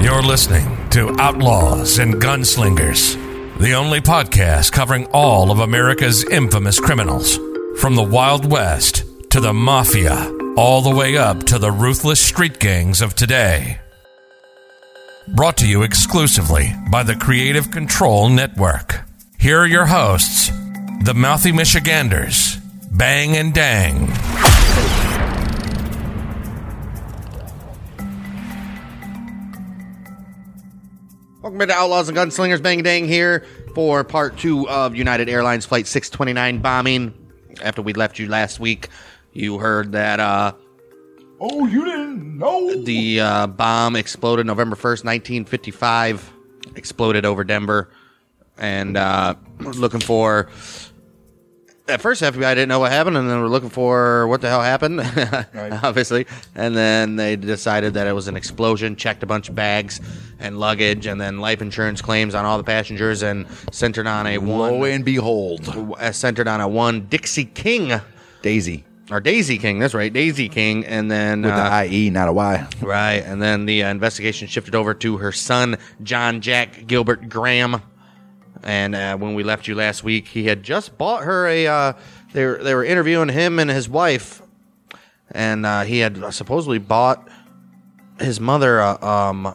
You're listening to Outlaws and Gunslingers, the only podcast covering all of America's infamous criminals, from the Wild West to the Mafia, all the way up to the ruthless street gangs of today. Brought to you exclusively by the Creative Control Network. Here are your hosts, the Mouthy Michiganders, Bang and Dang. Welcome back to Outlaws and Gunslingers. Bang Dang here for part two of United Airlines Flight 629 bombing. After we left you last week, you heard that uh, Oh, you didn't know? the uh, bomb exploded November 1st, 1955, exploded over Denver. And uh, we're looking for. At first, FBI didn't know what happened, and then we're looking for what the hell happened, obviously. And then they decided that it was an explosion, checked a bunch of bags and luggage, and then life insurance claims on all the passengers, and centered on a Lo one, Oh, and behold, uh, centered on a one Dixie King Daisy or Daisy King. That's right, Daisy King, and then with uh, the IE, not a Y. Right, and then the uh, investigation shifted over to her son, John Jack Gilbert Graham. And uh, when we left you last week, he had just bought her a. Uh, they were, they were interviewing him and his wife, and uh, he had supposedly bought his mother a um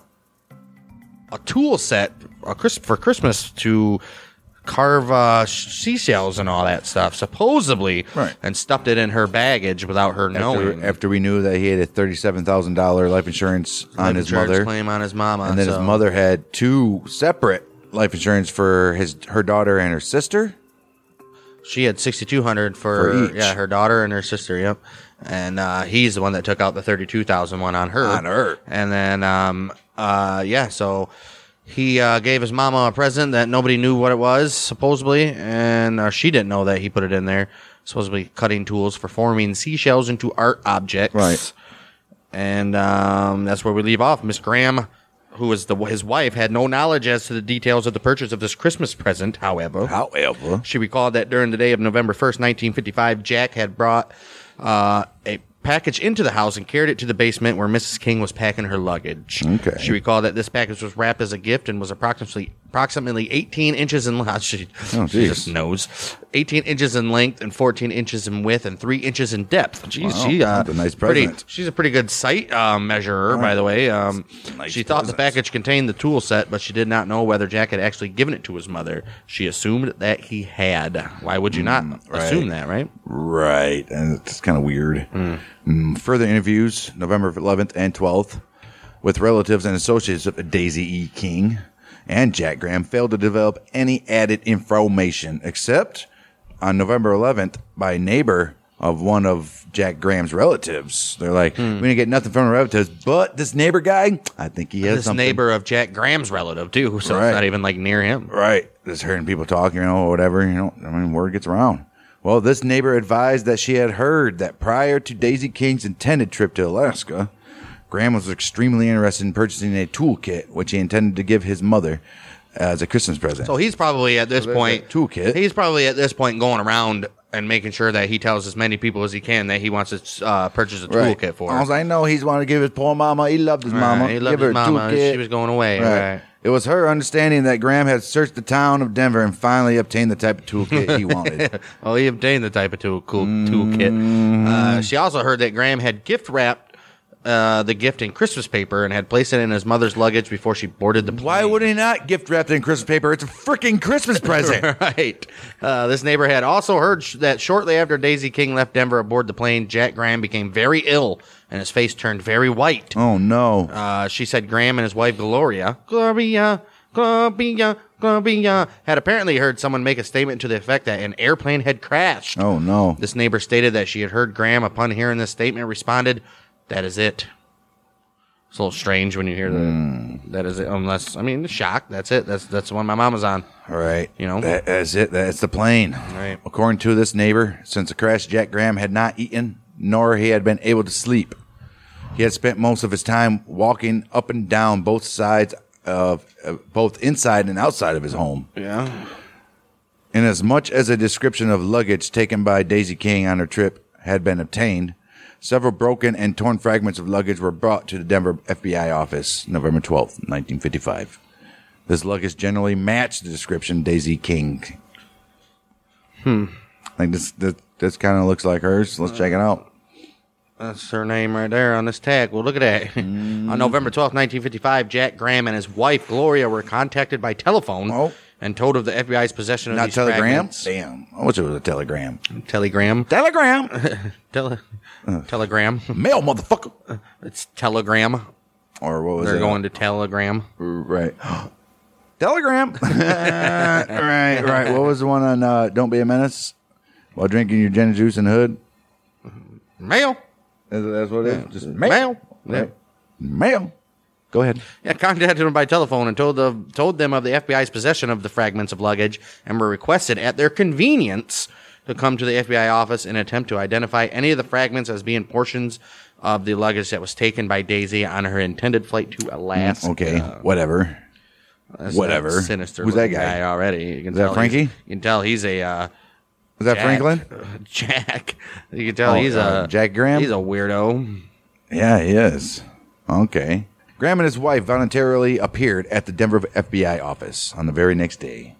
a tool set a Chris- for Christmas to carve uh, sh- seashells and all that stuff, supposedly, Right. and stuffed it in her baggage without her After, knowing. after we knew that he had a thirty-seven thousand dollar life insurance on Life his insurance mother, claim on his mama, and then so- his mother had two separate life insurance for his her daughter and her sister. She had sixty two hundred for, For each. yeah her daughter and her sister. Yep, and uh, he's the one that took out the thirty two thousand one on her. On her. and then um uh yeah, so he uh, gave his mama a present that nobody knew what it was supposedly, and uh, she didn't know that he put it in there. Supposedly cutting tools for forming seashells into art objects. Right. and um, that's where we leave off. Miss Graham. Who was the his wife had no knowledge as to the details of the purchase of this Christmas present. However, However, she recalled that during the day of November 1st, 1955, Jack had brought uh, a package into the house and carried it to the basement where Mrs. King was packing her luggage. Okay. She recalled that this package was wrapped as a gift and was approximately approximately 18 inches in length. She, Oh, she geez. just knows. 18 inches in length and 14 inches in width and 3 inches in depth. Jeez, Wow, she, uh, that's a nice pretty, present. she's a pretty good sight uh, measurer, by the way. Um, Nice she thought the presents. package contained the tool set, but she did not know whether Jack had actually given it to his mother. She assumed that he had. Why would you not Mm, right. assume that, right? right, and it's kind of weird. Mm, further interviews, November eleventh and twelfth, with relatives and associates of Daisy E. King and Jack Graham, failed to develop any added information except on November eleventh by a neighbor of one of Jack Graham's relatives. They're like, Hmm. we didn't get nothing from the relatives, but this neighbor guy, I think he has This something. neighbor of Jack Graham's relative too, so Right. it's not even like near him. Right. Just hearing people talk, you know, or whatever, you know, I mean, word gets around. Well, this neighbor advised that she had heard that prior to Daisy King's intended trip to Alaska, Graham was extremely interested in purchasing a toolkit, which he intended to give his mother as a Christmas present. So he's probably at this there's point that toolkit. He's probably at this point going around and making sure that he tells as many people as he can that he wants to uh, purchase a Right. toolkit for. All I her. was like, no, he's wanted to give his poor mama. He loved his mama. he loved give her his a mama. toolkit. She was going away. Right. It was her understanding that Graham had searched the town of Denver and finally obtained the type of toolkit he wanted. Well, he obtained the type of tool, cool Mm-hmm. toolkit. Uh, she also heard that Graham had gift wrapped uh, the gift in Christmas paper and had placed it in his mother's luggage before she boarded the plane. Why would he not gift wrap it in Christmas paper? It's a freaking Christmas present. Right. Uh, this neighbor had also heard sh- that shortly after Daisy King left Denver aboard the plane, Jack Graham became very ill and his face turned very white. Oh no! Uh, she said Graham and his wife Gloria, Gloria, Gloria, Gloria, had apparently heard someone make a statement to the effect that an airplane had crashed. oh no! This neighbor stated that she had heard Graham upon hearing this statement responded, That is it. It's a little strange when you hear that. That is it. Unless, I mean, the shock. That's it. That's that's the one my mom was on. All right, You know? That- that's it. That's the plane. Right. According to this neighbor, since the crash, Jack Graham had not eaten, nor he had been able to sleep. He had spent most of his time walking up and down both sides of, uh, both inside and outside of his home. Yeah. And as much as a description of luggage taken by Daisy King on her trip had been obtained, Several broken and torn fragments of luggage were brought to the Denver FBI office November 12th, 1955. This luggage generally matched the description Daisy King. Hmm. Like this, this, this kind of looks like hers. Let's check it out. That's her name right there on this tag. Well, look at that. on November twelfth, 1955, Jack Graham and his wife, Gloria, were contacted by telephone Oh. and told of the FBI's possession of Not these telegram. fragments. Damn, I wish it was a telegram. Telegram. Telegram, Tele- telegram. mail, motherfucker. It's telegram. Or what was They're it? going to telegram. Right. Telegram. right, right. What was the one on uh, Don't Be a Menace? While drinking your gin and juice in the hood? Mail. That's, that's what it is? Just mail. Mail. Right. Mail. Go ahead. Yeah, contacted them by telephone and told the told them of the FBI's possession of the fragments of luggage and were requested at their convenience to come to the FBI office and attempt to identify any of the fragments as being portions of the luggage that was taken by Daisy on her intended flight to Alaska. Mm, Okay, whatever. That's whatever. that Sinister. Who's that looking guy? already? You can Is that tell he's- Frankie? You can tell he's a uh, Is that Jack- Franklin? Jack. You can tell Oh, he's uh, a Jack Graham? He's a weirdo. Yeah, he is. Okay. Graham and his wife voluntarily appeared at the Denver FBI office on the very next day,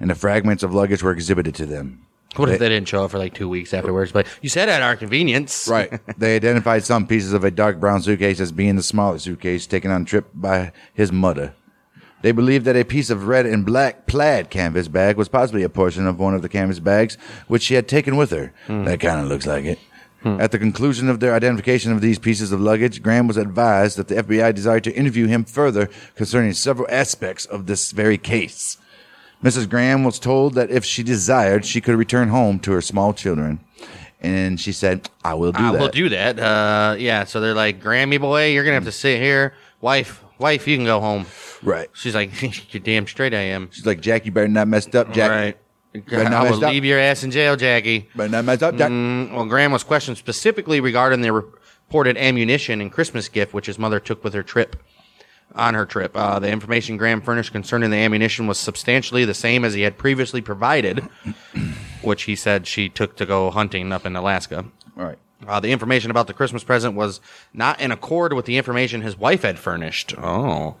and the fragments of luggage were exhibited to them. What if they didn't show up for like two weeks afterwards? But you said at our convenience, Right. they identified some pieces of a dark brown suitcase as being the smaller suitcase taken on a trip by his mother. They believed that a piece of red and black plaid canvas bag was possibly a portion of one of the canvas bags which she had taken with her. That kind of looks like it. At the conclusion of their identification of these pieces of luggage, Graham was advised that the FBI desired to interview him further concerning several aspects of this very case. Mrs. Graham was told that if she desired, she could return home to her small children. And she said, I will do I that. will do that. Uh, yeah. So they're like, Grammy boy, you're gonna have to sit here, wife. Wife, you can go home. Right. She's like, you're damn straight I am. She's like, Jack, you better not mess up, Jack. Right. Better not I will mess up. leave your ass in jail, Jackie. Better not mess up, Jack. Mm, Well, Graham was questioned specifically regarding the reported ammunition and Christmas gift which his mother took with her trip. On her trip, uh, the information Graham furnished concerning the ammunition was substantially the same as he had previously provided, which he said she took to go hunting up in Alaska. All right. Uh, the information about the Christmas present was not in accord with the information his wife had furnished. Oh,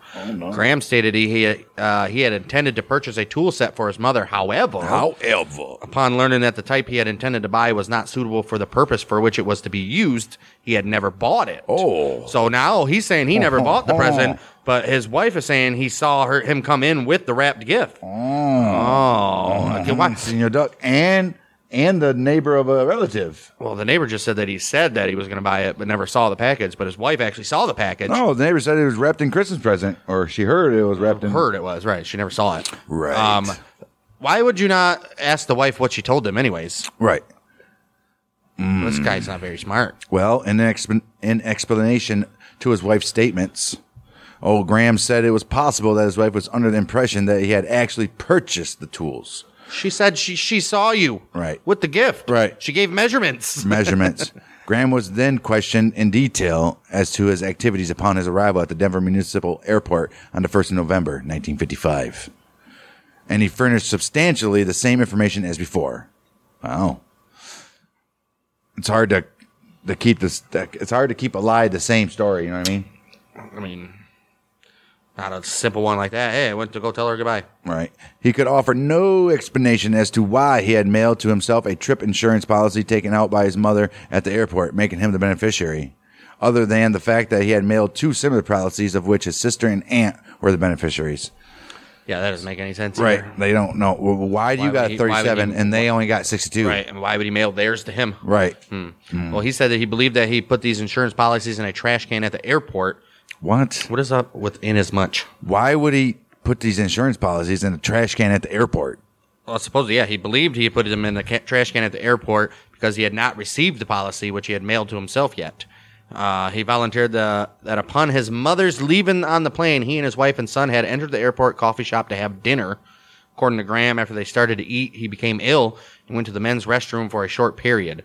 Graham stated he he, uh, he had intended to purchase a tool set for his mother. However, However, upon learning that the type he had intended to buy was not suitable for the purpose for which it was to be used, he had never bought it. Oh. so now he's saying he never bought the present, but his wife is saying he saw her him come in with the wrapped gift. Oh, okay, why- Senior Duck and and the neighbor of a relative. Well, the neighbor just said that he said that he was going to buy it, but never saw the package. But his wife actually saw the package. Oh, the neighbor said it was wrapped in Christmas present, or she heard it was wrapped in. Heard it was right. She never saw it. Right. why would you not ask the wife what she told them? Anyways, Right. this guy's not very smart. Well, in, exp- in explanation to his wife's statements, old Graham said it was possible that his wife was under the impression that he had actually purchased the tools. She said she she saw you Right. with the gift. Right. She gave measurements. measurements. Graham was then questioned in detail as to his activities upon his arrival at the Denver Municipal Airport on the 1st of November, 1955. And he furnished substantially the same information as before. Wow. It's hard to to keep this it's hard to keep alive the same story, you know what I mean? I mean, not a simple one like that. Hey, I went to go tell her goodbye. Right. He could offer no explanation as to why he had mailed to himself a trip insurance policy taken out by his mother at the airport, making him the beneficiary, other than the fact that he had mailed two similar policies of which his sister and aunt were the beneficiaries. Yeah, that doesn't make any sense. either. They don't know. Well, why do Why you would got he- why would 37 he- and they only got 62? Right. Hmm. And why would he mail theirs to him? Right. Mm. Well, he said that he believed that he put these insurance policies in a trash can at the airport. What? What is up with in as much? Why would he put these insurance policies in a trash can at the airport? Well, supposedly, yeah, he believed he had put them in the ca- trash can at the airport because he had not received the policy, which he had mailed to himself yet. Uh, he volunteered the, that upon his mother's leaving on the plane, he and his wife and son had entered the airport coffee shop to have dinner. According to Graham, after they started to eat, he became ill and went to the men's restroom for a short period.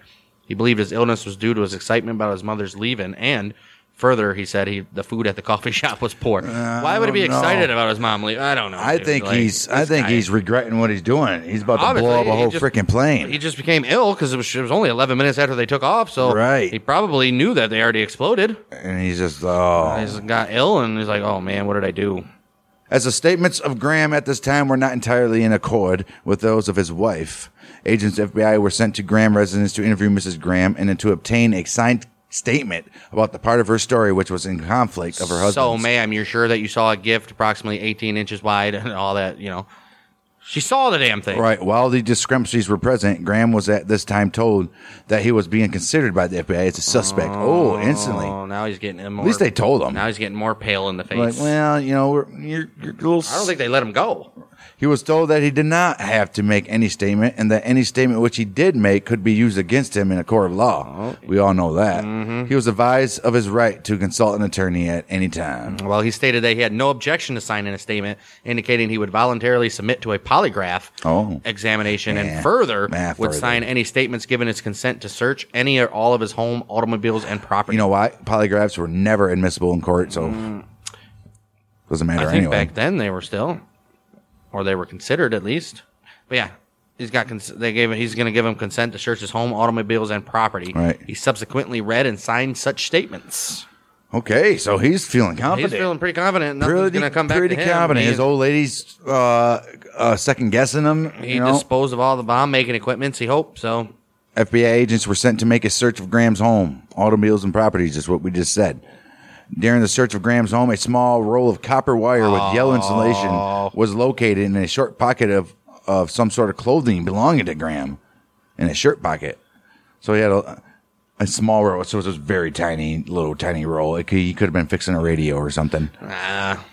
He believed his illness was due to his excitement about his mother's leaving and Further, he said he the food at the coffee shop was poor. Why would he be Uh, don't know. excited about his mom leaving? I don't know. I dude. think Like, he's. I this think guy- he's regretting what he's doing. He's about to Obviously, blow up a he whole just- freaking plane. He just became ill because it was, it was only 11 minutes after they took off. So Right. he probably knew that they already exploded. and he's just oh. He just got ill and he's like, oh man, what did I do? As the statements of Graham at this time were not entirely in accord with those of his wife, agents of FBI were sent to Graham residence to interview Mrs. Graham and to obtain a signed statement about the part of her story which was in conflict of her husband's. So, ma'am, you're sure that you saw a gift approximately 18 inches wide and all that, you know? She saw the damn thing. Right. While the discrepancies were present, Graham was at this time told that he was being considered by the FBI as a suspect. Oh, instantly. Oh, now he's getting more. At least they told him. Now he's getting more pale in the face. Like, well, you know, we're, you're, you're a little. I don't think they let him go. He was told that he did not have to make any statement and that any statement which he did make could be used against him in a court of law. Oh. We all know that. Mm-hmm. He was advised of his right to consult an attorney at any time. Well, he stated that he had no objection to signing a statement indicating he would voluntarily submit to a polygraph Oh. examination Yeah. and further Yeah, would further. sign any statements given his consent to search any or all of his home, automobiles, and property. You know why? Polygraphs were never admissible in court, so doesn't Mm. I matter think anyway. back then they were still, or they were considered at least. But yeah, he's got. Cons- they gave. He's going to give him consent to search his home, automobiles, and property. Right. He subsequently read and signed such statements. okay, so he's feeling He's confident. feeling pretty confident. Nothing's pretty going to come back. pretty to him. confident. He- His old lady's uh, uh, second guessing him. He you know? disposed of all the bomb making equipments. He hoped so. FBI agents were sent to make a search of Graham's home, automobiles, and properties, is what we just said. During the search of Graham's home, a small roll of copper wire with yellow Oh. insulation was located in a short pocket of, of some sort of clothing belonging to Graham, in a shirt pocket. So he had a, a small roll, so it was very tiny, little tiny roll. It could, he could have been fixing a radio or something. Ah,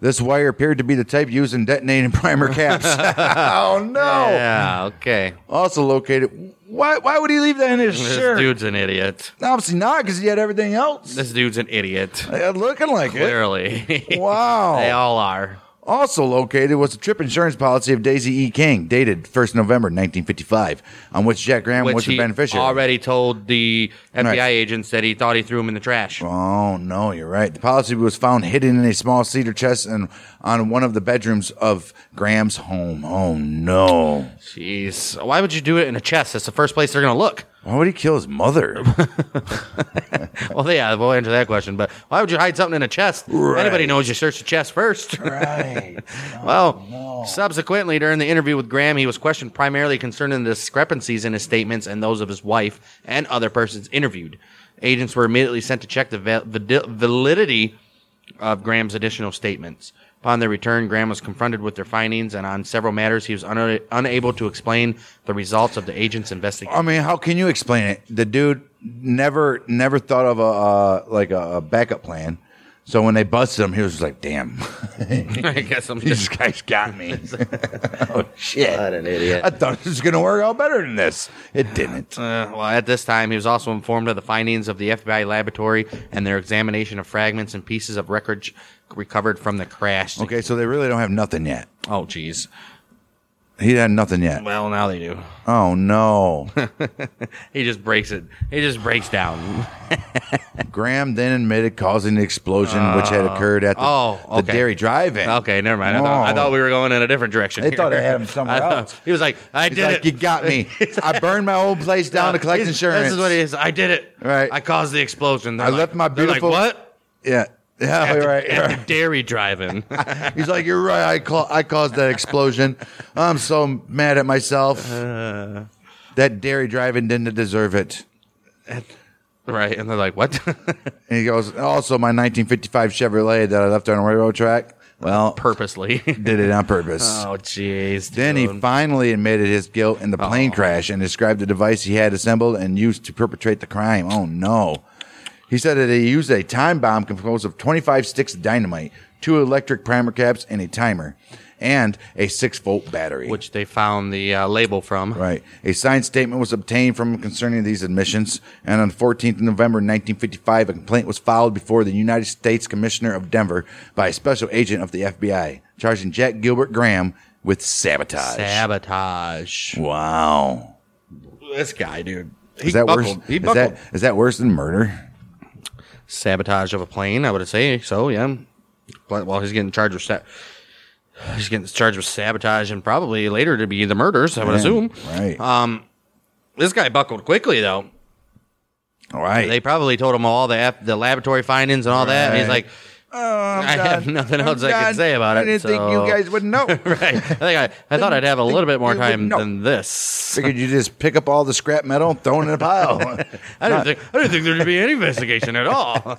This wire appered to be the type used in detonating primer caps. oh no! yeah, okay. Also located. Why? Why would he leave that in his This shirt? dude's an idiot. Obviously not, because he had everything else. This dude's an idiot. They had looking like Clearly, it. Wow. they all are. also located was a trip insurance policy of Daisy E. King, dated 1st November 1955, on which Jack Graham Which was the he beneficiary. already told the FBI Right. agents that he thought he threw him in the trash. oh, no, you're right. The policy was found hidden in a small cedar chest and on one of the bedrooms of Graham's home. Oh, no. Jeez, why would you do it in a chest? That's the first place they're gonna look. Why would he kill his mother? Well, yeah, we'll answer that question. But why would you hide something in a chest? Right. Anybody knows you search the chest first. right. well, subsequently, during the interview with Graham, he was questioned primarily concerning the discrepancies in his statements and those of his wife and other persons interviewed. Agents were immediately sent to check the val- vidi- validity of Graham's additional statements. Upon their return, Graham was confronted with their findings, and on several matters, he was una- unable to explain the results of the agent's investigation. I mean, how can you explain it? The dude never never thought of a uh, like a, a backup plan. So when they busted him, he was like, "Damn, I guess I'm these just guys got me." oh shit! What an idiot. I thought it was gonna work out better than this. It didn't. Uh, well, at this time, he was also informed of the findings of the FBI laboratory and their examination of fragments and pieces of wreckage recovered from the crash. Okay, so they really don't have nothing yet. Oh, jeez. He had nothing yet. Well, now they do. Oh no! He just breaks it. He just breaks down. Graham then admitted causing the explosion, which had occurred at the, oh, the okay. dairy drive-in. Okay, never mind. I thought, I Oh. thought we were going in a different direction. They thought here. I had him somewhere I thought- else. He was like, I He's did like, it. "You got me. I burned my old place down to collect He's- insurance." This is what he is. I did it. Right. I caused the explosion. They're I like- left my they're beautiful- Like, what? Yeah, yeah, you're right. you're At right. the dairy drive-in. He's like, you're right. I ca- I caused that explosion. I'm so mad at myself. Uh. that dairy driving didn't deserve it. right. And they're like, what? And he goes, also my 1955 Chevrolet that I left on a railroad track. Well, Purposely. did it on purpose. oh, jeez. Then he dude. Oh. finally admitted his guilt in the plane crash and described the device he had assembled and used to perpetrate the crime. Oh no. He said that he used a time bomb composed of 25 sticks of dynamite, two electric primer caps, and a timer, and a six volt battery. which they found the uh, label from. Right. A signed statement was obtained from him concerning these admissions, and on 14th of November 1955, a complaint was filed before the United States Commissioner of Denver by a special agent of the FBI, charging Jack Gilbert Graham with sabotage. Sabotage. wow. This guy, dude. He Is that buckled. worse? He Is buckled. that, is that worse than murder? sabotage of a plane. I would say so. Yeah. But, well, he's getting charged with sa- he's getting charged with sabotage and probably later to be the murders. I would assume. Uh, Right. This guy buckled quickly though. all right. They probably told him all the ap- the laboratory findings and all that. And he's Right. like, Oh, I have nothing else I can say about it. I didn't think so- you guys would know. right. I think I, I thought I'd have a little bit more you would time know. than this. Figured you just pick up all the scrap metal, throw it in a pile. I didn't think I didn't think there'd be any investigation at all.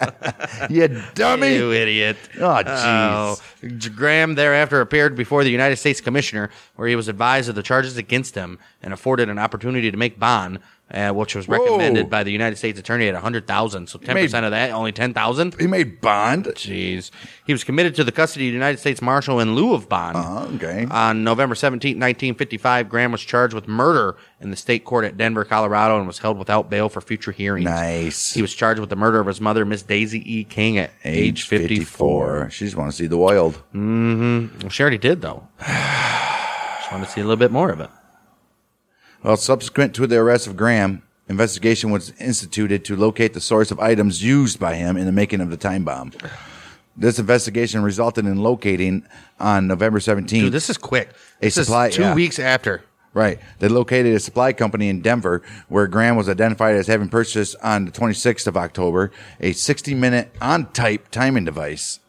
you dummy. you idiot. Oh, jeez. Oh. Graham thereafter appeared before the United States Commissioner, where he was advised of the charges against him and afforded an opportunity to make bond, uh, which was recommended Whoa. by the United States Attorney at 100000 So 10% made- of that, only 10000 He made Bond. Jeez. He was committed to the custody of the United States Marshal in lieu of bond. Uh, okay. On November 17, 1955, Graham was charged with murder in the state court at Denver, Colorado, and was held without bail for future hearings. Nice. He was charged with the murder of his mother, Miss Daisy E. King, at age 54. She just want to see the wild. Well, she already did, though. Just wanted to see a little bit more of it. Well, subsequent to the arrest of Graham, investigation was instituted to locate the source of items used by him in the making of the time bomb. This investigation resulted in locating on November 17th. Dude, this is quick. A This is supply- two yeah. weeks after. Right. They located a supply company in Denver where Graham was identified as having purchased on the 26th of October a 60 minute on type timing device,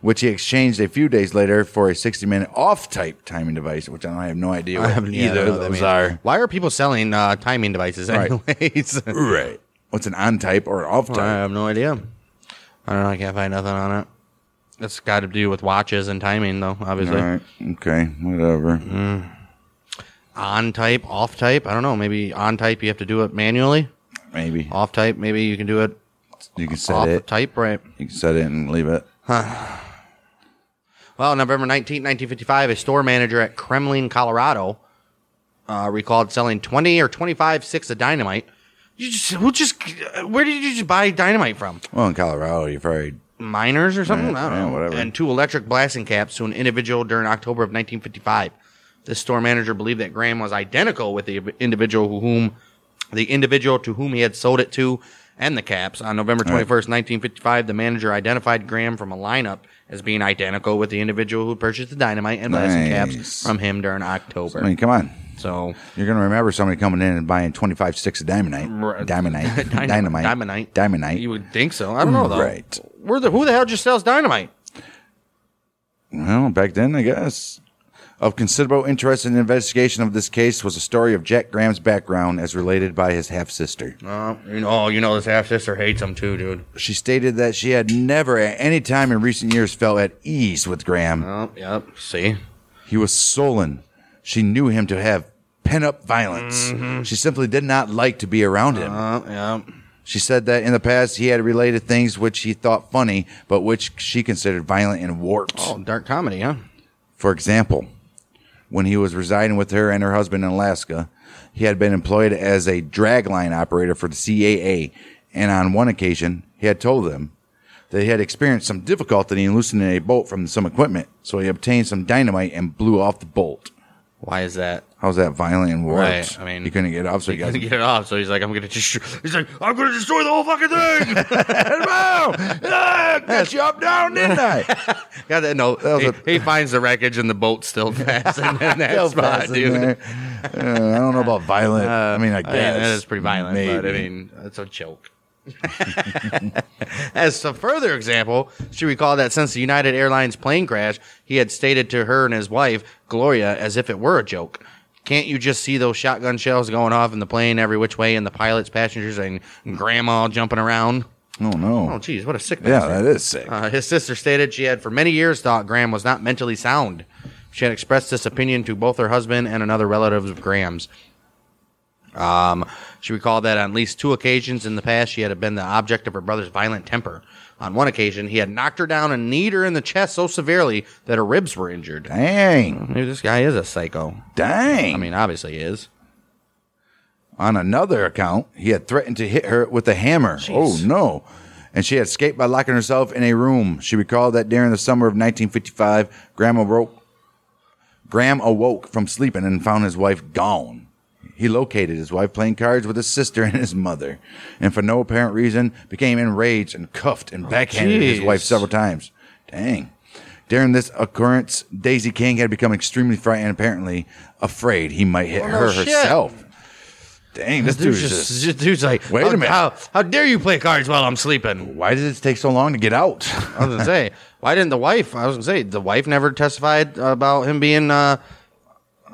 which he exchanged a few days later for a 60 minute off type timing device, which I have no idea what Yeah, I either don't know of what that those means. are. Why are people selling uh, timing devices, Right. anyways? Right. What's an on type or an off I type? have no idea. I don't know. I can't find nothing on it. That's got to do with watches and timing, though, obviously. All right. Okay. Whatever. On type, off type. I don't know. Maybe on type you have to do it manually. Maybe Off type, maybe you can do it you can set off it. type, right? You can set it and leave it. Well, November 19, 1955, a store manager at Kremlin, Colorado, uh, recalled selling 20 or 25 sticks of dynamite. You just, who just, where did you just buy dynamite from? Well, in Colorado, you probably Miners or something? Yeah, I don't yeah, know. whatever. And two electric blasting caps to an individual during October of 1955. This store manager believed that Graham was identical with the individual who whom the individual to whom he had sold it to and the caps. On November 21st, 1955, the manager identified Graham from a lineup as being identical with the individual who purchased the dynamite and blasting Nice. caps from him during October. I mean, come on. so You're gonna remember somebody coming in and buying 25 sticks of dynamite, Right. dynamite, dynamite, dynamite, dynamite, dynamite. You would think so. I don't know though. Right. Where the who the hell just sells dynamite? Well, back then, I guess. Of considerable interest in the investigation of this case was a story of Jack Graham's background as related by his half sister. Uh, you know, oh, you know this half sister hates him too, dude. She stated that she had never at any time in recent years felt at ease with Graham. Oh, yep. See, He was sullen. She knew him to have pent up violence. Mm-hmm. She simply did not like to be around him. Oh, yep. She said that in the past he had related things which he thought funny, but which she considered violent and warped. Oh, dark comedy, huh? For example, when he was residing with her and her husband in Alaska, he had been employed as a drag line operator for the CAA, and on one occasion, he had told them that he had experienced some difficulty in loosening a bolt from some equipment, so he obtained some dynamite and blew off the bolt. Why is that? How's that violent and warped? Right, I mean- he couldn't get it off, so he got. Doesn't get it off, so he's like, "I'm gonna destroy." He's like, "I'm gonna destroy the whole fucking thing." Ah, got you up down, didn't I? Got that? No, was he, a- he finds the wreckage and the boat's still fastened in that Still spot, passing dude. there. Uh, I don't know about violent. I mean, I guess I mean, that is pretty violent, but I Maybe. mean, that's a joke. As a further example, she recalled that since the United Airlines plane crash, he had stated to her and his wife, Gloria, as if it were a joke. Can't you just see those shotgun shells going off in the plane every which way and the pilots, passengers, and grandma jumping around? Oh no. Oh, geez, what a sick yeah, bastard. that is sick. Uh, his sister stated she had for many years thought Graham was not mentally sound. She had expressed this opinion to both her husband and another relative of Graham's. Um, she recalled that on at least two occasions in the past, she had been the object of her brother's violent temper. On one occasion, he had knocked her down and kneed her in the chest so severely that her ribs were injured. Dang. Maybe this guy is a psycho. Dang. I mean, obviously he is. On another account, he had threatened to hit her with a hammer. Oh, no. And she had escaped by locking herself in a room. She recalled that during the summer of 1955, Graham awoke, Graham awoke from sleeping and found his wife gone. He located his wife playing cards with his sister and his mother, and for no apparent reason became enraged and cuffed and backhanded his Oh, jeez. wife several times. Dang. During this occurrence, Daisy King had become extremely frightened and apparently afraid he might hit Oh, no her shit. herself. Dang, this dude's Dude's just, just, just dude's like, Wait a "How- minute. How, how dare you play cards while I'm sleeping? Why did it take so long to get out? I was gonna say, why didn't the wife? I was gonna say, the wife never testified about him being uh, a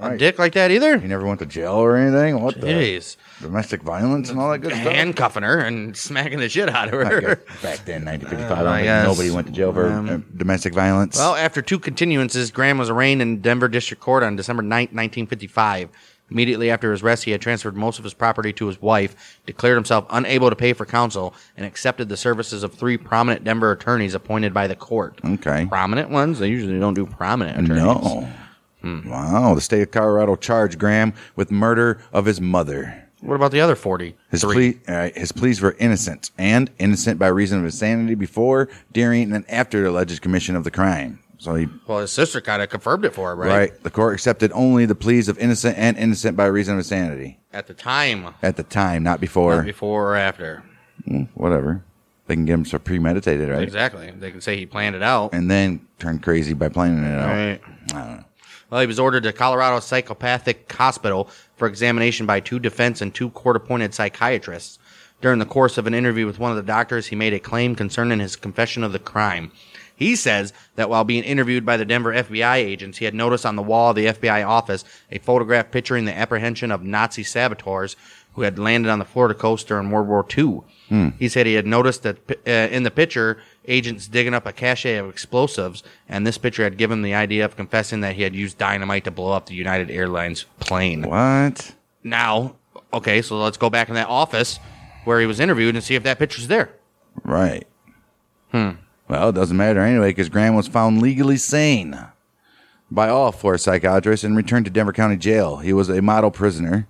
Right. uh, dick like that either. he never went to jail or anything? What Jeez, the? Domestic violence and all that good stuff? handcuffing her and smacking the shit out of I guess her. Back then, 1955, Uh, I I don't guess. think nobody went to jail for uh, domestic violence. Well, after two continuances, Graham was arraigned in Denver District Court on December 9, 1955. Immediately after his arrest, he had transferred most of his property to his wife, declared himself unable to pay for counsel, and accepted the services of three prominent Denver attorneys appointed by the court. Okay. Prominent ones? They usually don't do prominent attorneys. no. Wow. The state of Colorado charged Graham with murder of his mother. What about the other 40? His, plea, all right, his pleas were innocent and innocent by reason of insanity before, during, and after the alleged commission of the crime. So he, Well, his sister kind of confirmed it for him, right? right. The court accepted only the pleas of innocent and innocent by reason of insanity At the time, at the time, not before. before or after. Whatever. They can get him so premeditated, right? Exactly. They can say he planned it out. And then turn crazy by planning it out. Right. Well, he was ordered to Colorado Psychopathic Hospital for examination by two defense and two court appointed psychiatrists. During the course of an interview with one of the doctors, he made a claim concerning his confession of the crime. He says that while being interviewed by the Denver FBI agents, he had noticed on the wall of the FBI office a photograph picturing the apprehension of Nazi saboteurs who had landed on the Florida coast during World War II. He said he had noticed that uh, in the picture, agents digging up a cache of explosives, and this picture had given him the idea of confessing that he had used dynamite to blow up the United Airlines plane. What? Now, okay, so let's go back in that office where he was interviewed and see if that picture's there. Right. Hmm. Well, it doesn't matter anyway because Graham was found legally sane by all four psychiatrists and returned to Denver County Jail. He was a model prisoner.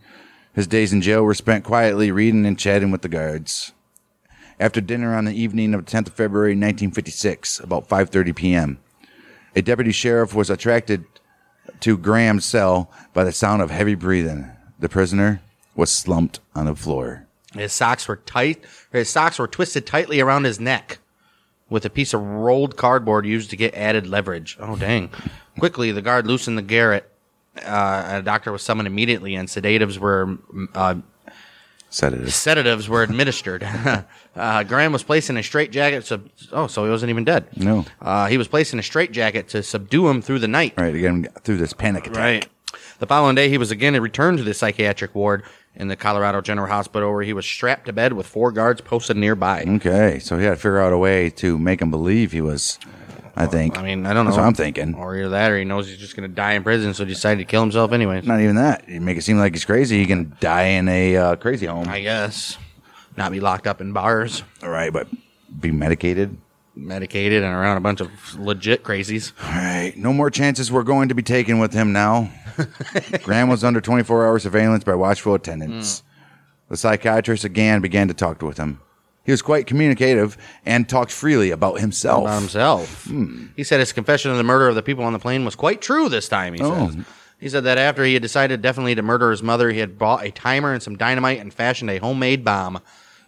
His days in jail were spent quietly reading and chatting with the guards. After dinner on the evening of the 10th of February 1956, about 5:30 p.m., a deputy sheriff was attracted to Graham's cell by the sound of heavy breathing. The prisoner was slumped on the floor. His socks were tight. His socks were twisted tightly around his neck, with a piece of rolled cardboard used to get added leverage. Oh dang! Quickly, the guard loosened the garret. Uh, a doctor was summoned immediately, and sedatives were mm, uh, Sedative. sedatives were administered. uh, Graham was placed in a straitjacket. Sub- oh, so he wasn't even dead. No. uh, he was placed in a straitjacket to subdue him through the night. Right, again, through this panic attack. Right. The following day, he was again returned to the psychiatric ward in the Colorado General Hospital, where he was strapped to bed with four guards posted nearby. Mm. Okay, so he had to figure out a way to make him believe he was. I think. I mean, I don't know. That's what I'm thinking. Or either that, or he knows he's just going to die in prison, so he decided to kill himself anyway. Not even that. You make it seem like he's crazy. He can die in a uh, crazy home. I guess. Not be locked up in bars, All right, but be medicated. medicated, and around a bunch of legit crazies. All right, no more chances were going to be taken with him now. Graham was under 24 hour surveillance by watchful attendants. Hmm. The psychiatrist again began to talk with him. He was quite communicative and talked freely about himself. About himself. He said his confession of the murder of the people on the plane was quite true this time, he Oh. says. He said that after he had decided definitely to murder his mother, he had bought a timer and some dynamite and fashioned a homemade bomb.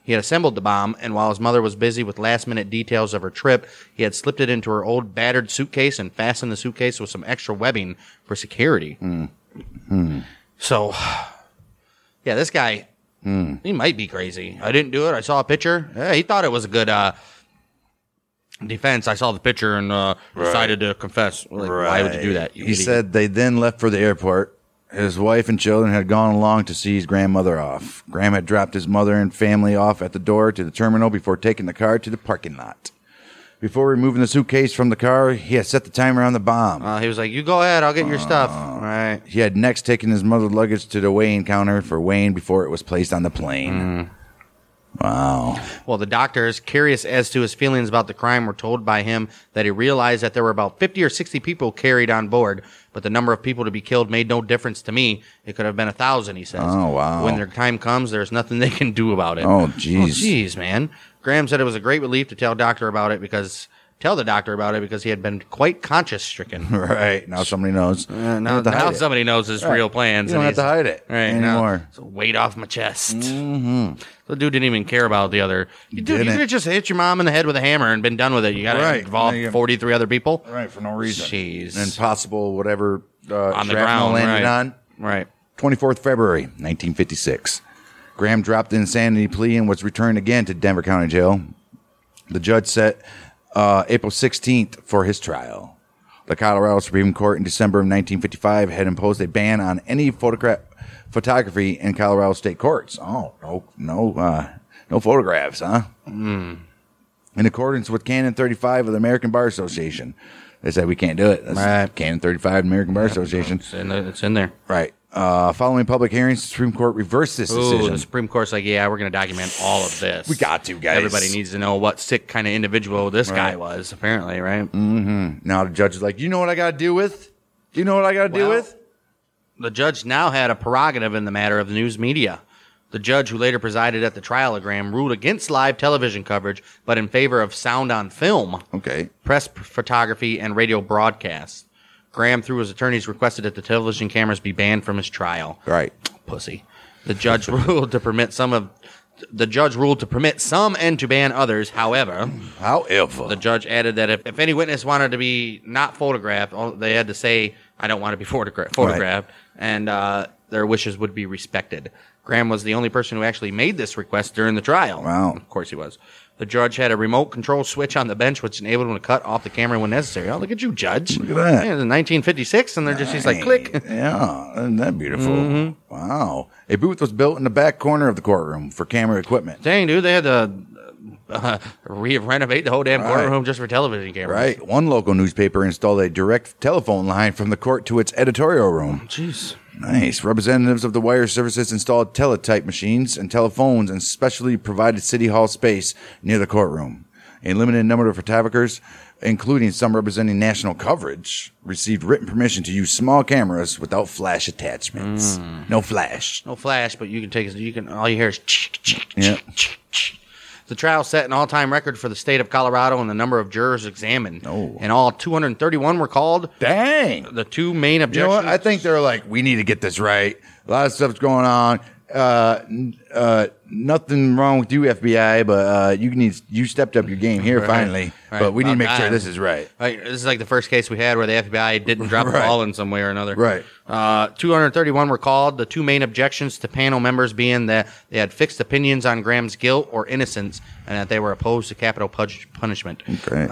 He had assembled the bomb, and while his mother was busy with last minute details of her trip, he had slipped it into her old battered suitcase and fastened the suitcase with some extra webbing for security. So, yeah, this guy, he might be crazy. I didn't do it. I saw a picture. Yeah, he thought it was a good uh, defense. I saw the picture and uh, decided to confess. Like, Why would you do that? you He idiot? said they then left for the airport. His wife and children had gone along to see his grandmother off. Graham had dropped his mother and family off at the door to the terminal before taking the car to the parking lot. Before removing the suitcase from the car, he had set the timer on the bomb. Uh, he was like, "You go ahead. I'll get your stuff." "Oh." All right. he had next taken his mother's luggage to the weighing counter for weighing before it was placed on the plane. Wow. Well, the doctors, curious as to his feelings about the crime, were told by him that he realized that there were about 50 or 60 people carried on board, but the number of people to be killed made no difference to me. It could have been a thousand, he says. Oh, wow. When their time comes, there's nothing they can do about it. Oh, jeez. Oh, jeez, man. Graham said it was a great relief to tell doctor about it because tell the doctor about it because he had been quite conscious stricken. Right now, somebody knows. You don't Uh, now have to now hide it. somebody knows his Right. real plans. You don't and have to he's- hide it right anymore. Mm-hmm. Now, it's a weight off my chest. The dude didn't even care about the other. Dude, you didn't. could have just hit your mom in the head with a hammer and been done with it. You got to Right. involve Now you- 43 other people. Right for no reason. Jeez. And possible whatever uh, on the shrapnel ground. landed right. on. Right. 24th February 1956. Graham dropped the insanity plea and was returned again to Denver County Jail. The judge set uh, April 16th for his trial. The Colorado Supreme Court in December of 1955 had imposed a ban on any photograph photography in Colorado state courts. Oh, no, no, uh, no photographs, huh? in accordance with Canon 35 of the American Bar Association. They said we can't do it. That's Right. Canon 35 American Bar Association. It's in, the, it's in there. Right. Uh, following public hearings, the Supreme Court reversed this Ooh, decision. the Supreme Court's like, yeah, we're going to document all of this. We got to, guys. Everybody needs to know what sick kind of individual this guy was, apparently, right? now the judge is like, you know what I got to deal with? You know what I got to deal Well- with? The judge now had a prerogative in the matter of the news media. The judge, who later presided at the trial of Graham, ruled against live television coverage, but in favor of sound on film. Okay. press p- photography, and radio broadcasts. Graham, through his attorneys, requested that the television cameras be banned from his trial. Right. Pussy. The judge ruled to permit some of the judge ruled to permit some and to ban others. However, However, the judge added that if, if any witness wanted to be not photographed, all- they had to say, I don't want to be photogra- photographed, and uh, their wishes would be respected. Graham was the only person who actually made this request during the trial. Wow. Of course he was. The judge had a remote control switch on the bench, which enabled him to cut off the camera when necessary. Oh, look at you, judge. Look at that. Yeah, it's 1956, and they're just, he's like, click. yeah, isn't that beautiful? Mm-hmm. Wow. A booth was built in the back corner of the courtroom for camera equipment. Dang, dude, they had to uh, re- renovate the whole damn Right. courtroom just for television cameras. Right. One local newspaper installed a direct telephone line from the court to its editorial room. Jeez. Nice. Representatives of the wire services installed teletype machines and telephones in specially provided city hall space near the courtroom. A limited number of photographers, including some representing national coverage, received written permission to use small cameras without flash attachments. No flash. No flash, but you can take you can all you hear is chick, chick, Yeah. chick, chick, chick. The trial set an all-time record for the state of Colorado and the number of jurors examined. Oh. And all 231 were called. Dang. The two main You know objections. what? I think they're like, we need to get this right. A lot of stuff's going on. Uh, n- uh, nothing wrong with you, FBI, but uh, you need you stepped up your game here finally. Right. But we need to I'm make sure dying. this is right. Right, this is like the first case we had where the FBI didn't drop the Right. ball in some way or another. Right. Uh, 231 were called. The two main objections to panel members being that they had fixed opinions on Graham's guilt or innocence, and that they were opposed to capital pudge- punishment. Okay.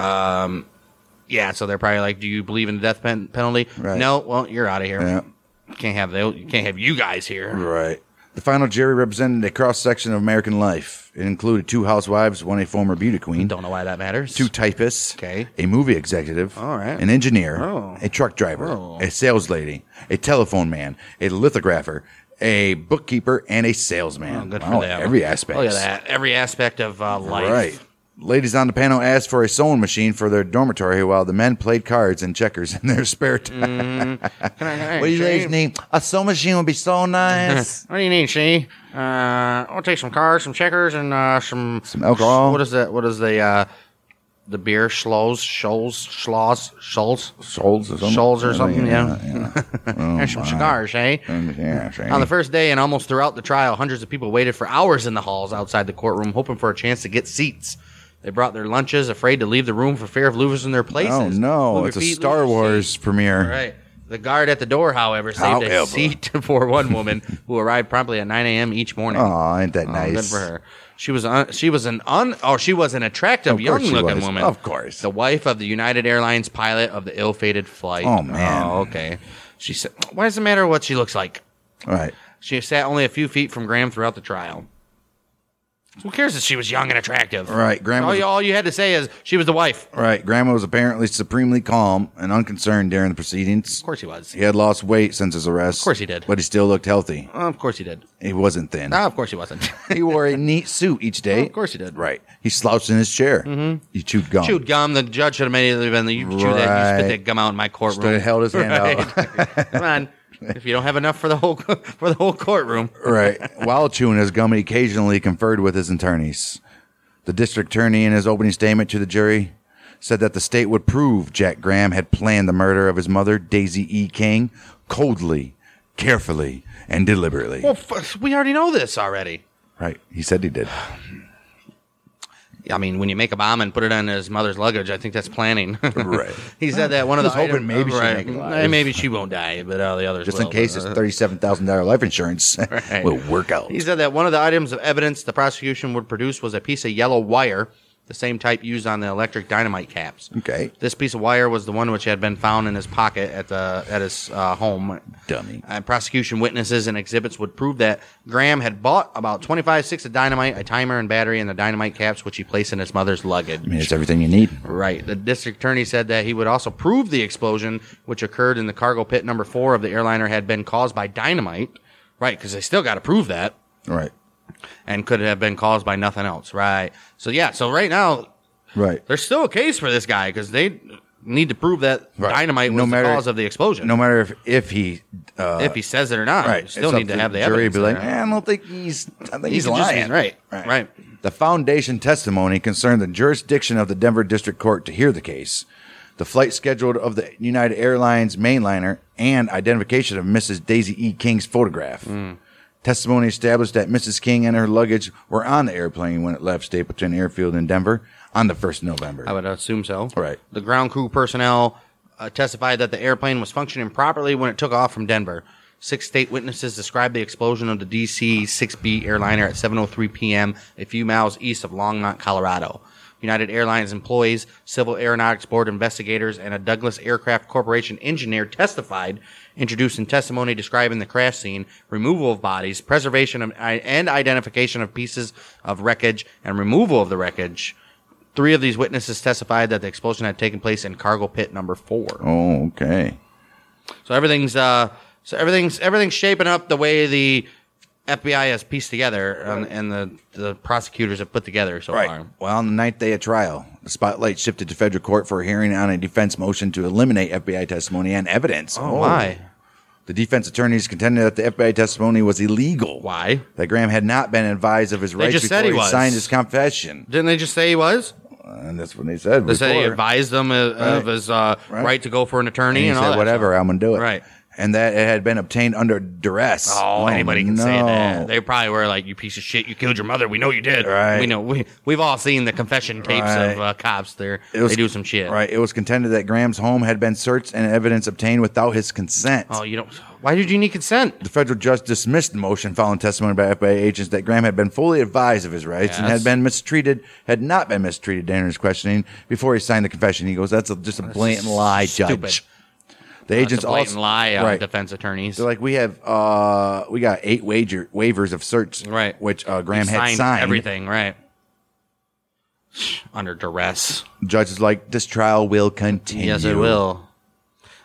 Yeah, so they're probably like, "Do you believe in the death pen- penalty?" Right. No. Well, you're out of here. Yeah. Can't have they. Can't have you guys here. Right. The final jury represented a cross section of American life. It included two housewives, one a former beauty queen, Don't know why that matters. two typists, Okay. a movie executive, All right. an engineer, Oh. a truck driver, Oh. a sales lady, a telephone man, a lithographer, a bookkeeper, and a salesman. Oh, good Wow, for them. Every aspect. Look at that. Every aspect of uh, life. Right. Ladies on the panel asked for a sewing machine for their dormitory while the men played cards and checkers in their spare Mm, time. Hey, What do you Shane, ladies need? A sewing machine would be so nice. What do you need, she? Uh, I'll take some cards, some checkers, and uh, some some alcohol. What is that? What is the uh, the beer? Schloes, Scholes, Schloss, Scholes, Shoals or Scholes or something. Yeah. yeah. There's some cigars, eh? Yeah, On the first day and almost throughout the trial, hundreds of people waited for hours in the halls outside the courtroom, hoping for a chance to get seats. They brought their lunches, afraid to leave the room for fear of losing their places. oh Move no, your it's a feet, lose Star your seat. Wars premiere. Right. The guard at the door, however, saved a However. seat for one woman who arrived promptly at 9 a.m. each morning. Aw, ain't that Oh, nice? Good for her. She was un, she was an un oh she was an attractive Of young course she looking was. woman. Of course. the wife of the United Airlines pilot of the ill fated flight. Oh, man. Oh, okay. She said, "Why does it matter what she looks like?" All right. She sat only a few feet from Graham throughout the trial. Who cares that she was young and attractive? Right, Graham All was- you, all you had to say is she was the wife. All right. Grandma was apparently supremely calm and unconcerned during the proceedings. Of course he was. He had lost weight since his arrest. Of course he did. But he still looked healthy. Oh, of course he did. He wasn't thin. Ah, of course he wasn't. He wore a neat suit each day. of course he did. Right. He slouched in his chair. Mm-hmm. He chewed gum. chewed gum. The judge should have immediately been the you chew that you spit Right. that gum out in my courtroom. Stood- held his hand out. Right. Come on. If you don't have enough for the whole for the whole courtroom. Right. While chewing his gum, he occasionally conferred with his attorneys. The district attorney, in his opening statement to the jury, said that the state would prove Jack Graham had planned the murder of his mother, Daisy E. King, coldly, carefully, and deliberately. Well, Oh, f- we already know this already. Right. He said he did. I mean, when you make a bomb and put it on his mother's luggage, I think that's planning. Right. he said that one of the Just hoping item- maybe she'd make it alive. Eh, maybe she won't die, but uh, all the others Just will. in case his $37,000 life insurance will work out. He said that one of the items of evidence the prosecution would produce was a piece of yellow wire, the same type used on the electric dynamite caps. Okay. This piece of wire was the one which had been found in his pocket at the at his uh, home. Dummy. Uh, prosecution witnesses and exhibits would prove that Graham had bought about 25 sticks of dynamite, a timer and battery, and the dynamite caps, which he placed in his mother's luggage. I mean, it's everything you need. Right. The district attorney said that he would also prove the explosion, which occurred in the cargo pit number four of the airliner, had been caused by dynamite. Right, because they still got to prove that, Right. and could have been caused by nothing else. Right. So yeah. So right now, Right. there's still a case for this guy because they need to prove that Right. dynamite was No matter- the cause of the explosion. No matter if, if he. Uh, if he says it or not, right. you still it's up need to the have the jury evidence. be like, there. "Eh, I don't think he's. I think He he's could just be lying. right. Right. The foundation testimony concerned the jurisdiction of the Denver District Court to hear the case, the flight schedule of the United Airlines mainliner, and identification of Mrs. Daisy E. King's photograph. Hmm. Testimony established that Mrs. King and her luggage were on the airplane when it left Stapleton Airfield in Denver on the 1st of November. I would assume so. Right. The ground crew personnel uh, testified that the airplane was functioning properly when it took off from Denver. Six state witnesses described the explosion of the DC-6B airliner at 7:03 p.m. a few miles east of Longmont, Colorado. United Airlines employees, Civil Aeronautics Board investigators, and a Douglas Aircraft Corporation engineer testified, introducing testimony describing the crash scene, removal of bodies, preservation of, and identification of pieces of wreckage, and removal of the wreckage. Three of these witnesses testified that the explosion had taken place in cargo pit number four. oh, okay. So everything's uh, so everything's everything's shaping up the way the FBI has pieced together and, and the the prosecutors have put together so far. Well, on the ninth day of trial, the spotlight shifted to federal court for a hearing on a defense motion to eliminate FBI testimony and evidence. Oh, why? The defense attorneys contended that the FBI testimony was illegal. Why? That Graham had not been advised of his rights just before said he was. signed his confession. Didn't they just say he was? And that's what they said. They said he before. advised them of, of Right. his uh, Right. right. to go for an attorney And and, all he said, that. whatever, I'm going to do it. Right. And that it had been obtained under duress. Oh, anybody can say no. that. They probably were like, "You piece of shit! You killed your mother. We know you did. Right. We know. We we've all seen the confession tapes Right. of uh, cops. There, It was- they do some shit. Right. It was contended that Graham's home had been searched and evidence obtained without his consent. Oh, you don't. Why did you need consent? The federal judge dismissed the motion following testimony by FBI agents that Graham had been fully advised of his rights and had Yes. been mistreated, had not been mistreated during his questioning before he signed the confession. He goes, "That's a, just a blatant lie, stupid. judge." The It's agents a blatant also lie uh, on right. defense attorneys. They're like, "We have uh, we got eight wager waivers of search, right. Which uh, He Graham had signed. Everything, right. Under duress. Judge is like, "This trial will continue." Yes, it will.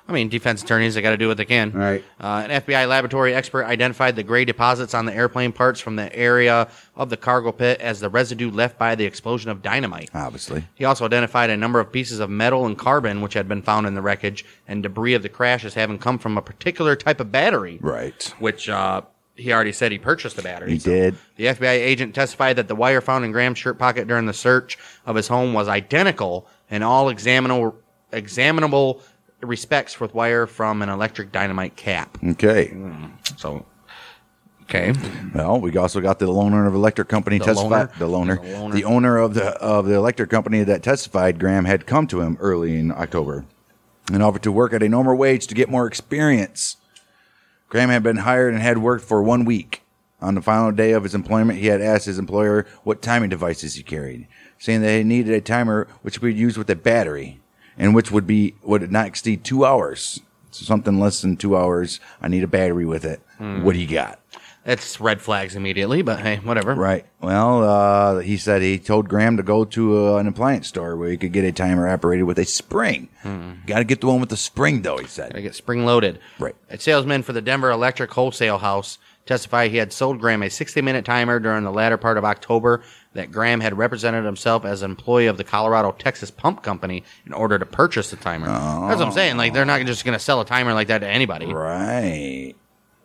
I mean, defense attorneys, they got to do what they can. Right. Uh, an FBI laboratory expert identified the gray deposits on the airplane parts from the area of the cargo pit as the residue left by the explosion of dynamite. Obviously, He also identified a number of pieces of metal and carbon which had been found in the wreckage and debris of the crash as having come from a particular type of battery. right? which uh, he already said he purchased the battery. He did. The FBI agent testified that the wire found in Graham's shirt pocket during the search of his home was identical in all examinable, examinable respects with wire from an electric dynamite cap. Okay. So, okay, Well, we also got the loaner of electric company The testified. loaner? The loaner, The loaner. the owner of the of the electric company that testified, Graham had come to him early in October and offered to work at a normal wage to get more experience. Graham had been hired and had worked for one week. On the final day of his employment, he had asked his employer what timing devices he carried, saying that he needed a timer which would be used with a battery and which would be would not exceed two hours. So something less than two hours. I need a battery with it. Hmm. What do you got? that's red flags immediately, but hey, whatever. Right. Well, uh, he said he told Graham to go to uh, an appliance store where he could get a timer operated with a spring. Got to get the one with the spring, though. He I said. get spring loaded. Right. A salesman for the Denver Electric Wholesale House testified he had sold Graham a 60 minute timer during the latter part of October that Graham had represented himself as an employee of the Colorado Texas Pump Company in order to purchase the timer. That's what I'm saying. Like, they're not just going to sell a timer like that to anybody. Right.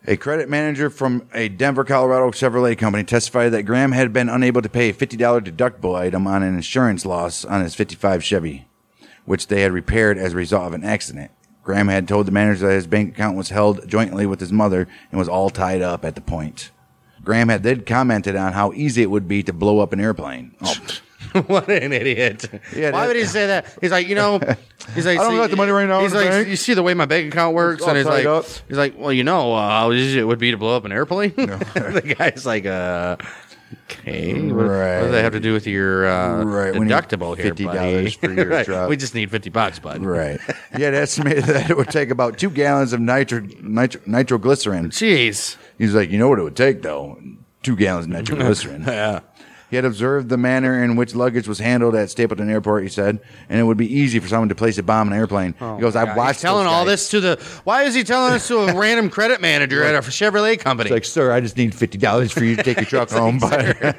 A credit manager from a Denver, Colorado Chevrolet company testified that Graham had been unable to pay a fifty dollar deductible item on an insurance loss on his fifty five Chevy. which they had repaired as a result of an accident. Graham had told the manager that his bank account was held jointly with his mother and was all tied up at the point. Graham had then commented on how easy it would be to blow up an airplane. Oh, what an idiot. Yeah, Why that- would he say that? He's like, you know, he's like, I don't see- got the money right now He's in the like, bank. you see the way my bank account works, all and he's like, tied up. he's like, well, you know, uh, how easy it would be to blow up an airplane. the guy's like, uh, okay, what, what does that have to do with your uh, Right, we need deductible here, buddy? $50 for your Right, drop. We just need fifty bucks, bud. right. He had estimated that it would take about two gallons of nitro, nitro, nitroglycerin. Jeez, He's like, you know what it would take, though? Two gallons of nitroglycerin. yeah. He had observed the manner in which luggage was handled at Stapleton Airport, he said, and it would be easy for someone to place a bomb in an airplane. he goes, I Oh God, watched he's telling those all guys." this to the. Why is he telling this to a random credit manager at a Chevrolet company? It's like, sir, I just need $50 for you to take your truck home. But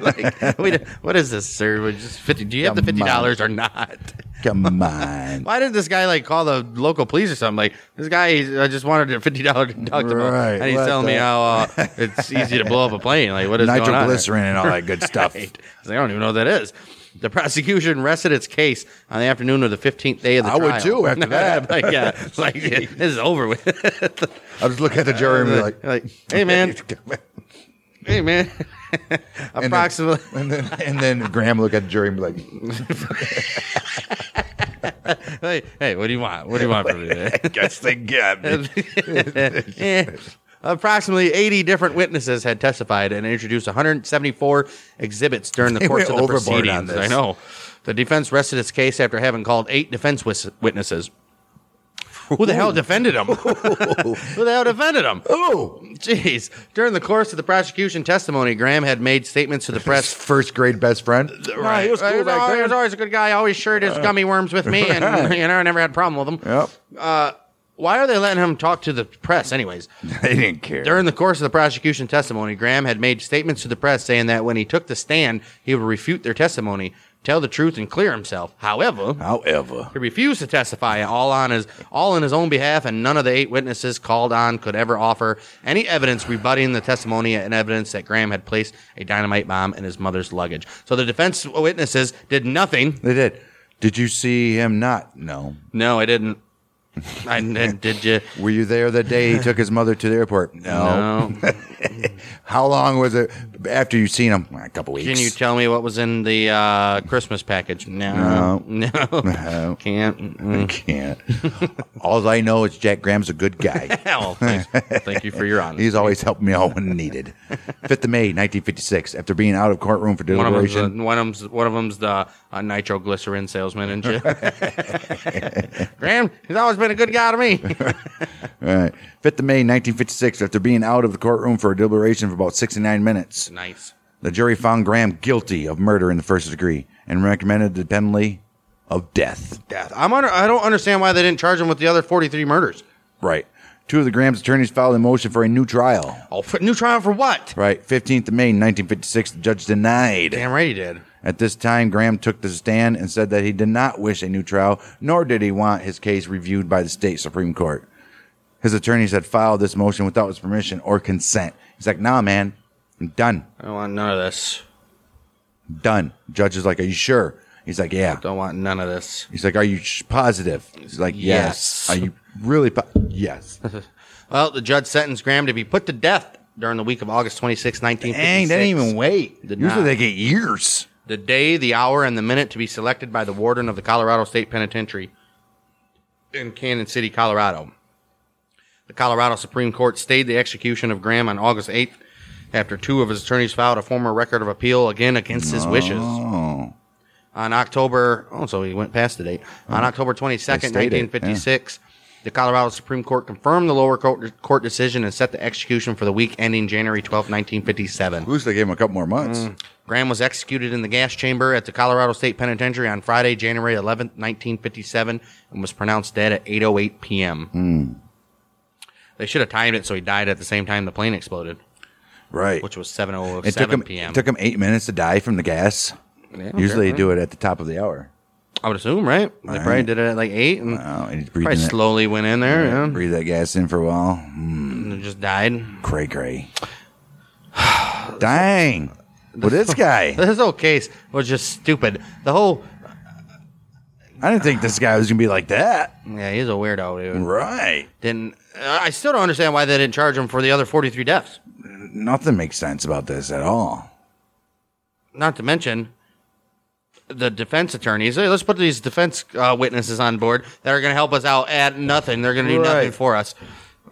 like, wait, what is this, sir? We're Just fifty? Do you have the fifty Come on. dollars or not? come on. Why did this guy like call the local police or something? Like this guy, he's, I just wanted a fifty dollar deductible, Right, and he's what telling me the- how uh, it's easy to blow up a plane. Like what is going on? here? Nitroglycerin and all that good stuff. Right. He's like, I don't even know what that is. The prosecution rested its case on the afternoon of the fifteenth day of the I would trial. too after that. like, yeah, it's like yeah, this is over with. I just look at the jury and be like, like, hey man, hey man. then- Approximately. and then, and then Graham look at the jury and be like, Hey, hey, what do you want? What do you want from me? man? guess they got me. Eh. Approximately 80 different witnesses had testified and introduced 174 exhibits during the They course went of the overboard proceedings. on this. I know. The defense rested its case after having called eight defense wis- witnesses. Who the hell defended him? Who the hell defended him? Oh, Jeez. During the course of the prosecution testimony, Graham had made statements to the press first grade best friend. Right. No, he was cool He was back always, then. he was always a good guy. Always shared his gummy worms with me, and you know, I never had a problem with him. Yep. Uh, why are they letting him talk to the press, anyways? They didn't care. During the course of the prosecution testimony, Graham had made statements to the press saying that when he took the stand, he would refute their testimony, tell the truth, and clear himself. However, However, he refused to testify all on his all in his own behalf, and none of the eight witnesses called on could ever offer any evidence rebutting the testimony and evidence that Graham had placed a dynamite bomb in his mother's luggage. So the defense witnesses did nothing. they did. Did you see him not? No. No, I didn't. I did. Did you? Were you there the day he took his mother to the airport? No. No. How long was it after you seen him? A couple weeks. Can you tell me what was in the uh, Christmas package? No. No. No. Can't. Mm. I can't. All I know is Jack Graham's a good guy. Well, thanks. Thank you for your honesty. He's always helped me out when needed. 5th of May, 1956, after being out of courtroom for One of them's the, deliberation. one of them's one of them's the uh, nitroglycerin salesman and shit. Graham, he's always been a good guy to me. All right. uh, 5th of May, 1956, after being out of the courtroom for deliberation for about 69 minutes. nice. The jury found Graham guilty of murder in the first degree and recommended the penalty of death. Death. I'm under, I don't understand why they didn't charge him with the other 43 murders. Right. Two of the Graham's attorneys filed a motion for a new trial. Oh, for, new trial for what? Right. 15th of May, 1956, the judge denied. Damn right he did. At this time, Graham took the stand and said that he did not wish a new trial, nor did he want his case reviewed by the state Supreme Court. His attorneys had filed this motion without his permission or consent. He's like, nah, man, I'm done. I don't want none of this. Done. Judge is like, are you sure? He's like, yeah. Don't want none of this. He's like, are you sh- positive? He's like, yes. Yes. Are you really? Po- yes. Well, the judge sentenced Graham to be put to death during the week of August 26, 1956. Dang, they didn't even wait. Did Usually not. they get years. the day, the hour, and the minute to be selected by the warden of the Colorado State Penitentiary in Cannon City, Colorado. The Colorado Supreme Court stayed the execution of Graham on August 8th after two of his attorneys filed a formal record of appeal again against his wishes. Oh, On October, oh, so he went past the date. On October 22nd, They stayed it, 1956, the Colorado Supreme Court confirmed the lower court, court decision and set the execution for the week ending January 12th, 1957. at least they gave him a couple more months. Graham was executed in the gas chamber at the Colorado State Penitentiary on Friday, January 11th, 1957, and was pronounced dead at 8:08 p.m. Hmm. They should have timed it so he died at the same time the plane exploded, Right. which was 7:07 it took him. p.m. It took him eight minutes to die from the gas. Yeah, Usually okay, they do it at the top of the hour. I would assume, right? They probably right. did it at like 8 and Oh, and he's probably breathing that, slowly went in there yeah, breathe that gas in for a while. Mm, and just died. Cray cray. Dang. Well, this guy. This whole case was just stupid. The whole I didn't think this guy was gonna be like that. Yeah, he's a weirdo, dude. Right. Didn't I still don't understand why they didn't charge him for the other 43 deaths. Nothing makes sense about this at all. Not to mention the defense attorneys. Hey, let's put these defense uh, witnesses on board that are going to help us out at nothing. They're going to do nothing Right. for us.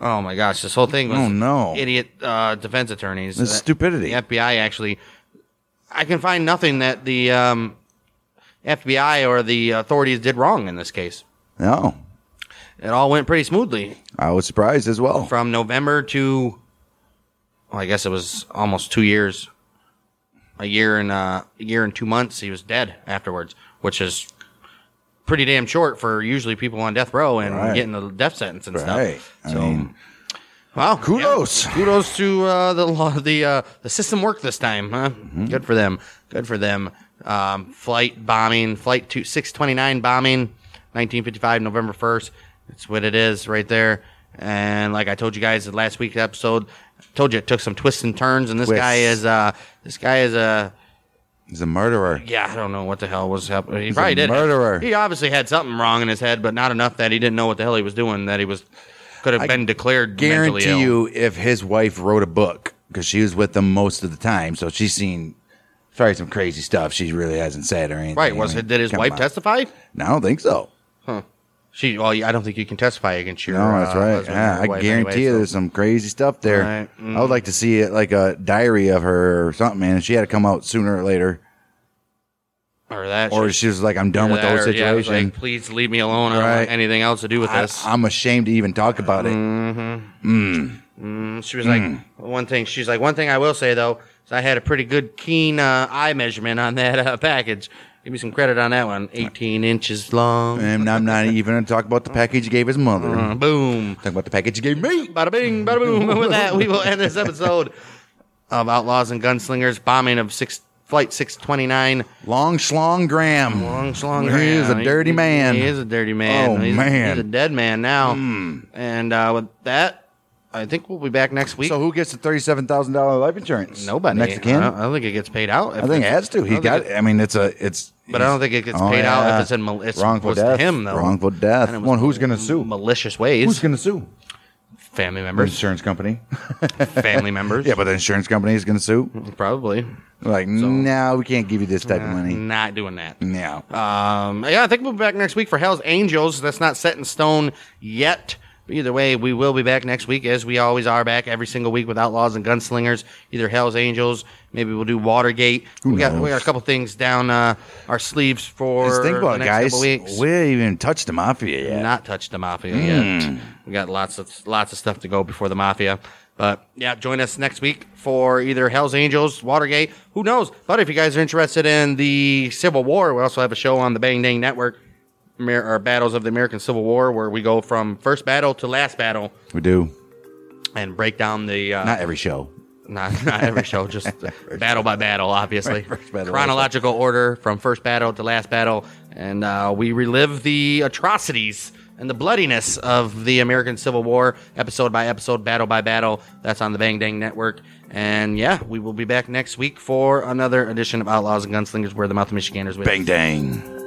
Oh my gosh, this whole thing was Oh, no. idiot uh, defense attorneys. This is stupidity. The FBI actually, I can find nothing that the um, FBI or the authorities did wrong in this case. No, It all went pretty smoothly. I was surprised as well. from November to, well, I guess it was almost two years, a year and uh, a year and two months. He was dead afterwards, which is pretty damn short for usually people on death row and Right. getting the death sentence and Right. stuff. I mean, Wow, kudos. yeah. kudos to uh, the law, the uh, the system worked this time. Huh? Mm-hmm. Good for them. Good for them. Um, flight bombing, flight two, 629 bombing, 1955, November 1st. That's what it is right there. And like I told you guys in last week's episode, told you it took some twists and turns. And this Twists. guy is uh, this guy is a he's a murderer. yeah, I don't know what the hell was happening. He probably did. murderer. He obviously had something wrong in his head, but not enough that he didn't know what the hell he was doing. That he was could have been declared mentally ill. Guarantee you, if his wife wrote a book, because she was with him most of the time, so she's seen probably some crazy stuff. She really hasn't said or anything. Right? Was I mean, it? Did his come wife on. testify? No, I don't think so. She. Well, I don't think you can testify against your. No, that's uh, right. husband Yeah, or I wife guarantee anyway, you, so- there's some crazy stuff there. Right. Mm. I would like to see it like a diary of her or something, man. She had to come out sooner or later, Or that. or she- she was like, "I'm done with the that, whole or, yeah, it was situation. like, Please leave me alone. I don't Right. want anything else to do with this. Mm. I, am ashamed to even talk about it." And she was like, mm. one thing. She's like, one thing I will say though is I had a pretty good keen uh, eye measurement on that uh, package. Give me some credit on that one. 18 inches long. And I'm not even going to talk about the package you gave his mother. Mm-hmm. Boom. Talk about the package you gave me. Bada bing, bada boom. And with that, we will end this episode of Outlaws and Gunslingers bombing of six flight six twenty nine. Long schlong Graham. Long slung. He is a around. dirty man. He is a dirty man. Oh, he's, man. Hmm. he's a dead man now. And uh, with that, I think we'll be back next week. So who gets the thirty-seven thousand dollar life insurance? Nobody. Uh-uh. Next of kin? I don't, I don't think it gets paid out. I think it has to. He got. It. I mean, it's a. It's. But I don't think it gets Oh, paid out yeah. if it's in mal- it's wrongful was to death. him though. Wrongful death. And it was One who's going to mal- sue? Malicious ways. Who's going to sue? family The members. insurance company. family members. yeah, but the insurance company is going to Mm-hmm. sue. probably Like, no, we can't give you this type of money. not doing that. No. Um, yeah, I think we'll be back next week for Hell's Angels. That's not set in stone yet. But either way, we will be back next week, as we always are back every single week with Outlaws and Gunslingers. Either Hell's Angels, maybe we'll do Watergate. we got knows? we got a couple things down uh, our sleeves for Just think about the it, next guys. couple weeks. We haven't even touched the mafia yet. Not touched the mafia yet. We got lots of lots of stuff to go before the mafia. But yeah, join us next week for either Hell's Angels, Watergate, who knows. But if you guys are interested in the Civil War, we also have a show on the Bang Dang Network, Amer- or Battles of the American Civil War, where we go from first battle to last battle We do. and break down the uh, Not every show. not, not every show, just battle by battle, obviously. first battle, Chronological order from first battle to last battle. And uh, we relive the atrocities and the bloodiness of the American Civil War, episode by episode, battle by battle. That's on the Bang Dang Network. And yeah, we will be back next week for another edition of Outlaws and Gunslingers, where the Mouth of Michiganders with Bang dang.